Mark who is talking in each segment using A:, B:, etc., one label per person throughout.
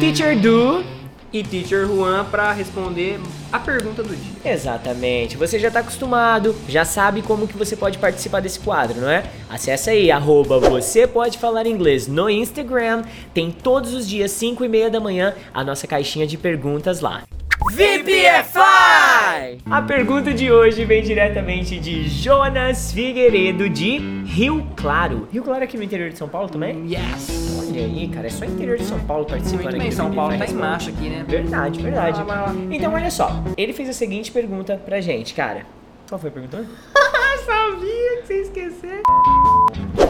A: Teacher Du e Teacher Juan para responder a pergunta do dia.
B: Exatamente. Você já está acostumado, já sabe como que você pode participar desse quadro, não é? Acesse aí, arroba você pode falar inglês no Instagram. Tem todos os dias, 5 e meia da manhã, a nossa caixinha de perguntas lá.
A: VPFI!
B: A pergunta de hoje vem diretamente de Jonas Figueiredo de Rio Claro. Rio Claro é aqui no interior de São Paulo também?
A: Yes!
B: Olha aí, cara, é só interior de São Paulo participando
A: Muito
B: aqui
A: bem,
B: do
A: São
B: Vivi
A: Paulo
B: Faz
A: tá em
B: Responde.
A: marcha aqui, né?
B: Verdade, verdade.
A: Vai lá, vai lá.
B: Então olha só, ele fez a seguinte pergunta pra gente, cara. Qual foi a pergunta?
A: Ah, Sabia que você ia esquecer.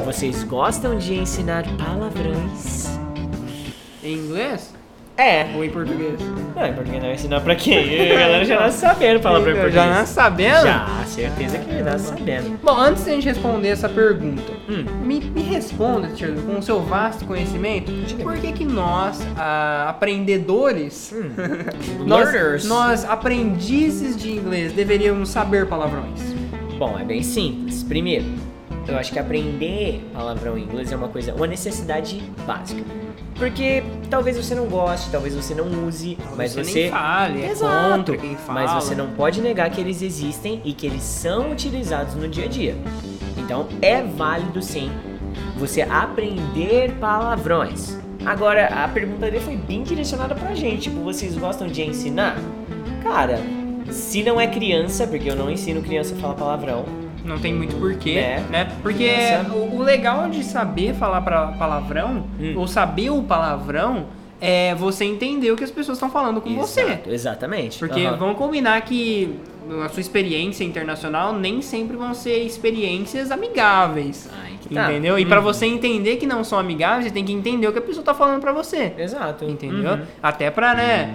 B: Vocês gostam de ensinar palavrões?
A: Em inglês
B: É.
A: ou em português?
B: Não, Ah, em português não vai ensinar pra quem? A galera já nasce sabendo palavrão em português.
A: Já não sabendo?
B: Já, certeza que já nasce sabendo.
A: Bom, antes de a gente responder essa pergunta,
B: Hum.
A: me, me responda, Tio, com o seu vasto conhecimento,
B: Diga.
A: por que que nós, ah, aprendedores,
B: Hum.
A: nós,
B: Learners.
A: nós, aprendizes de inglês, deveríamos saber palavrões?
B: Bom, é bem simples. Primeiro, eu acho que aprender palavrão em inglês é uma coisa, uma necessidade básica. Porque talvez você não goste, talvez você não use, mas
A: você
B: você
A: nem fale, é
B: Exato.
A: contra quem fala.
B: Mas você não pode negar que eles existem e que eles são utilizados no dia a dia. Então é válido sim você aprender palavrões. Agora, a pergunta dele foi bem direcionada pra gente. Tipo, vocês gostam de ensinar? Cara, se não é criança, porque eu não ensino criança a falar palavrão.
A: Não tem muito porquê,
B: É.
A: né? Porque
B: Criança.
A: o, o legal de saber falar pra, palavrão,
B: Hum.
A: ou saber o palavrão, é você entender o que as pessoas estão falando com você.
B: Exato, Exatamente.
A: Porque
B: Aham.
A: vamos combinar que a sua experiência internacional nem sempre vão ser experiências amigáveis.
B: Ai, que tá.
A: Entendeu? E pra
B: Uhum.
A: você entender que não são amigáveis, você tem que entender o que a pessoa tá falando pra você.
B: Exato.
A: Entendeu?
B: Uhum.
A: Até pra, né?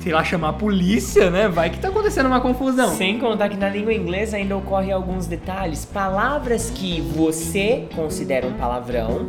A: Sei lá, chamar a polícia, né? Vai que tá acontecendo uma confusão.
B: Sem contar que na língua inglesa ainda ocorrem alguns detalhes, palavras que você considera um palavrão.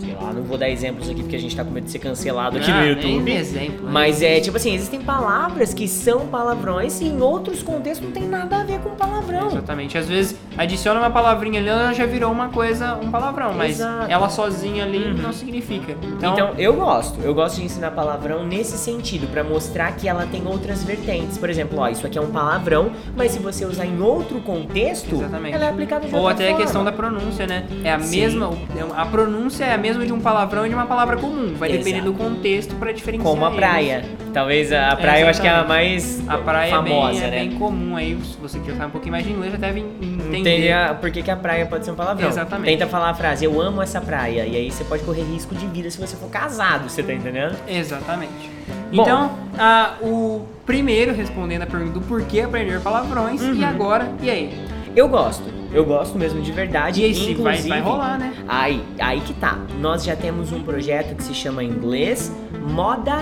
B: Sei lá, não vou dar exemplos aqui porque a gente tá com medo de ser cancelado aqui
A: Ah,
B: no
A: nem
B: YouTube.
A: exemplo, né?
B: Mas é tipo assim, existem palavras que são palavrões e em outros contextos não tem nada a ver com palavrão.
A: Exatamente. Às vezes adiciona uma palavrinha ali, ela já virou uma coisa, um palavrão, mas
B: Exato.
A: ela sozinha ali
B: Uhum.
A: não significa. Então,
B: Então, eu gosto, eu gosto de ensinar palavrão nesse sentido, pra mostrar que ela tem outras vertentes. Por exemplo, ó, isso aqui é um palavrão, mas se você usar em outro contexto,
A: Exatamente.
B: ela é aplicada de
A: ou
B: outra
A: até a
B: forma.
A: questão da pronúncia, né? É a
B: Sim.
A: mesma, a pronúncia é a mesma de um palavrão e de uma palavra comum. Vai depender
B: Exato.
A: do contexto pra diferenciar.
B: Como a
A: eles.
B: praia. Talvez a a praia eu acho que é a mais
A: A praia
B: famosa,
A: é, bem, é
B: né?
A: bem comum aí, se você quer saber um pouquinho mais de inglês, já deve entender.
B: Entender a- por que, que a praia pode ser um palavrão.
A: Exatamente.
B: Tenta falar a frase, eu amo essa praia. E aí você pode correr risco de vida se você for casado, você tá entendendo?
A: Exatamente.
B: Bom.
A: Então, ah, o primeiro respondendo a pergunta do porquê aprender palavrões, e
B: Uhum.
A: agora, e aí?
B: Eu gosto. Eu gosto mesmo de verdade.
A: E aí, se vai,
B: inclusive-
A: vai rolar, né?
B: Aí, aí que tá. Nós já temos um projeto que se chama em inglês Moda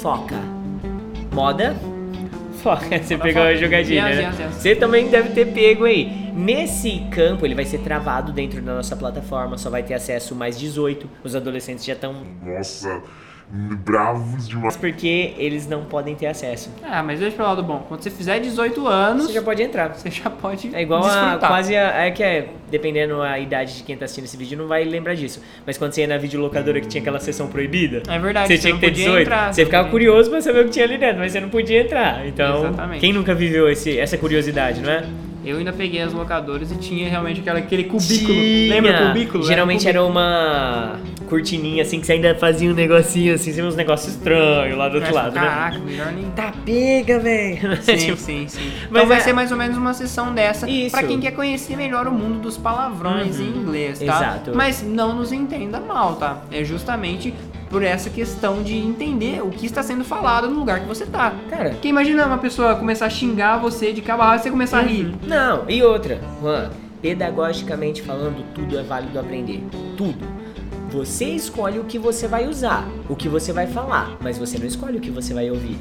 B: Foca. Moda Foca. Você
A: Moda
B: pegou
A: Foca.
B: a jogadinha,
A: Yes,
B: né?
A: yes, yes.
B: Você também deve ter pego aí. Nesse campo, ele vai ser travado dentro da nossa plataforma, só vai ter acesso mais 18. Os adolescentes já estão.
C: Nossa, bravos demais.
B: Porque eles não podem ter acesso.
A: Ah, mas deixa pro lado bom. Quando você fizer 18 anos,
B: Você já pode entrar.
A: você já pode
B: É igual a
A: desfrutar.
B: quase a, é que é, dependendo a idade de quem tá assistindo esse vídeo, não vai lembrar disso. Mas quando você ia na videolocadora que tinha aquela sessão proibida,
A: É verdade,
B: você
A: você
B: tinha
A: não
B: que ter
A: podia
B: 18.
A: entrar,
B: você
A: você
B: ficava
A: podia-
B: curioso pra saber o que tinha ali dentro, mas você não podia entrar. Então,
A: Exatamente.
B: quem nunca viveu esse, essa curiosidade, não é?
A: Eu ainda peguei as locadoras e tinha realmente aquela, aquele cubículo. Lembra o
B: Tinha.
A: cubículo?
B: Geralmente
A: era
B: era uma cortininha assim que você ainda fazia um negocinho assim, você vê uns negócios estranhos lá do outro lado, né?
A: Caraca, melhor nem
B: Tá pega, velho. tipo,
A: Sim, sim, sim.
B: Mas
A: então vai
B: é-
A: ser mais ou menos uma sessão dessa
B: Isso.
A: pra quem quer conhecer melhor o mundo dos palavrões
B: Uhum.
A: em inglês, tá?
B: Exato.
A: Mas não nos entenda mal, tá? É justamente por essa questão de entender o que está sendo falado no lugar que você tá.
B: Cara,
A: Porque imagina uma pessoa começar a xingar você de cabo a rabo e você começar a rir.
B: Não, e outra, Juan, pedagogicamente falando, tudo é válido aprender. Tudo. Você escolhe o que você vai usar, o que você vai falar, mas você não escolhe o que você vai ouvir.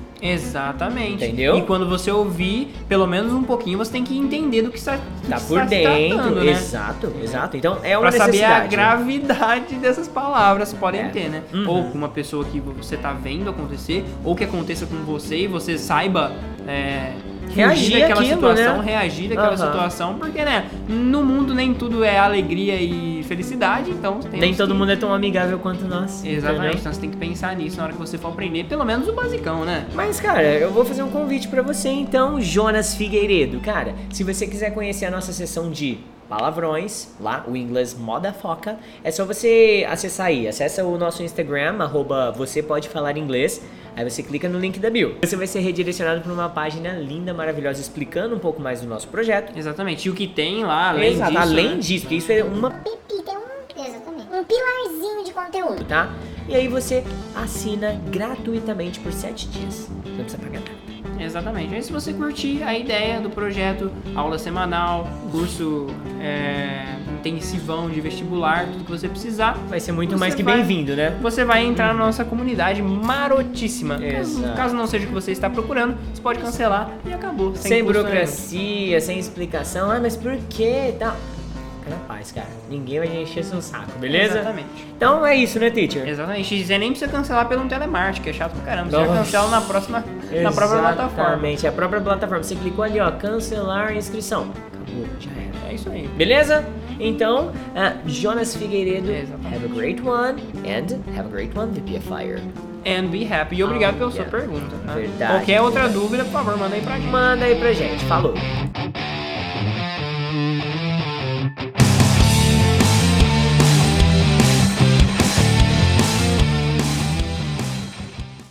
A: Exatamente.
B: Entendeu?
A: E quando você ouvir, pelo menos um pouquinho, você tem que entender do que está, do
B: Tá
A: que
B: por
A: está se
B: dentro,
A: tratando, né?
B: exato, exato. Então é uma
A: Pra saber a
B: necessidade.
A: gravidade dessas palavras podem
B: É.
A: ter, né?
B: Uhum.
A: Ou com uma pessoa que você tá vendo acontecer, ou que aconteça com você e você saiba é, fugir
B: Reagir
A: daquela
B: àquilo,
A: situação,
B: né?
A: reagir daquela
B: Aham.
A: situação, porque né, no mundo nem tudo é alegria e felicidade, então tem
B: Nem
A: uns
B: todo
A: que-
B: mundo é tão amigável quanto nós.
A: Exatamente,
B: entendeu?
A: então você tem que pensar nisso na hora que você for aprender, pelo menos o basicão, né?
B: Mas, cara, eu vou fazer um convite pra você então, Jonas Figueiredo. Cara, se você quiser conhecer a nossa sessão de palavrões, lá, o inglês moda foca, é só você acessar aí. Acessa o nosso Instagram, arroba você pode falar inglês. Aí você clica no link da bio. Você vai ser redirecionado pra uma página linda, maravilhosa, explicando um pouco mais do nosso projeto.
A: Exatamente, e o que tem lá, além
B: Exato,
A: disso.
B: além
A: né?
B: disso, porque isso é uma
D: Pepita é um, exatamente, um pilarzinho de conteúdo.
B: tá? E aí você assina gratuitamente por 7 dias. Não precisa pagar nada.
A: Exatamente. Aí se você curtir a ideia do projeto, aula semanal, curso é, intensivão de vestibular, tudo que você precisar,
B: Vai ser muito
A: Você
B: mais que
A: vai-
B: bem-vindo, né?
A: você vai entrar na nossa comunidade marotíssima. Caso,
B: Exato.
A: caso não seja o que você está procurando, você pode cancelar e acabou.
B: Sem,
A: custo
B: burocracia, sem explicação. Ah, mas por que tal? Fica na paz, cara. Ninguém vai encher seu saco,
A: nenhum.
B: beleza?
A: Exatamente.
B: Então é isso, né, teacher?
A: Exatamente. Você nem precisa cancelar pelo telemarketing, que é chato pra caramba. Você já
B: Nossa.
A: cancela na próxima, na própria plataforma.
B: Exatamente, a própria plataforma. Você clicou ali, ó, cancelar inscrição. Acabou, já era.
A: É isso aí.
B: Beleza? Então, ah, Jonas Figueiredo,
A: Exatamente.
B: have a great one, and have a great one to be a fire.
A: And be happy. E obrigado
B: Ah,
A: pela sua
B: yeah.
A: pergunta. né?
B: Verdade.
A: Qualquer outra dúvida, por favor, manda aí pra gente.
B: Manda aí pra gente, falou.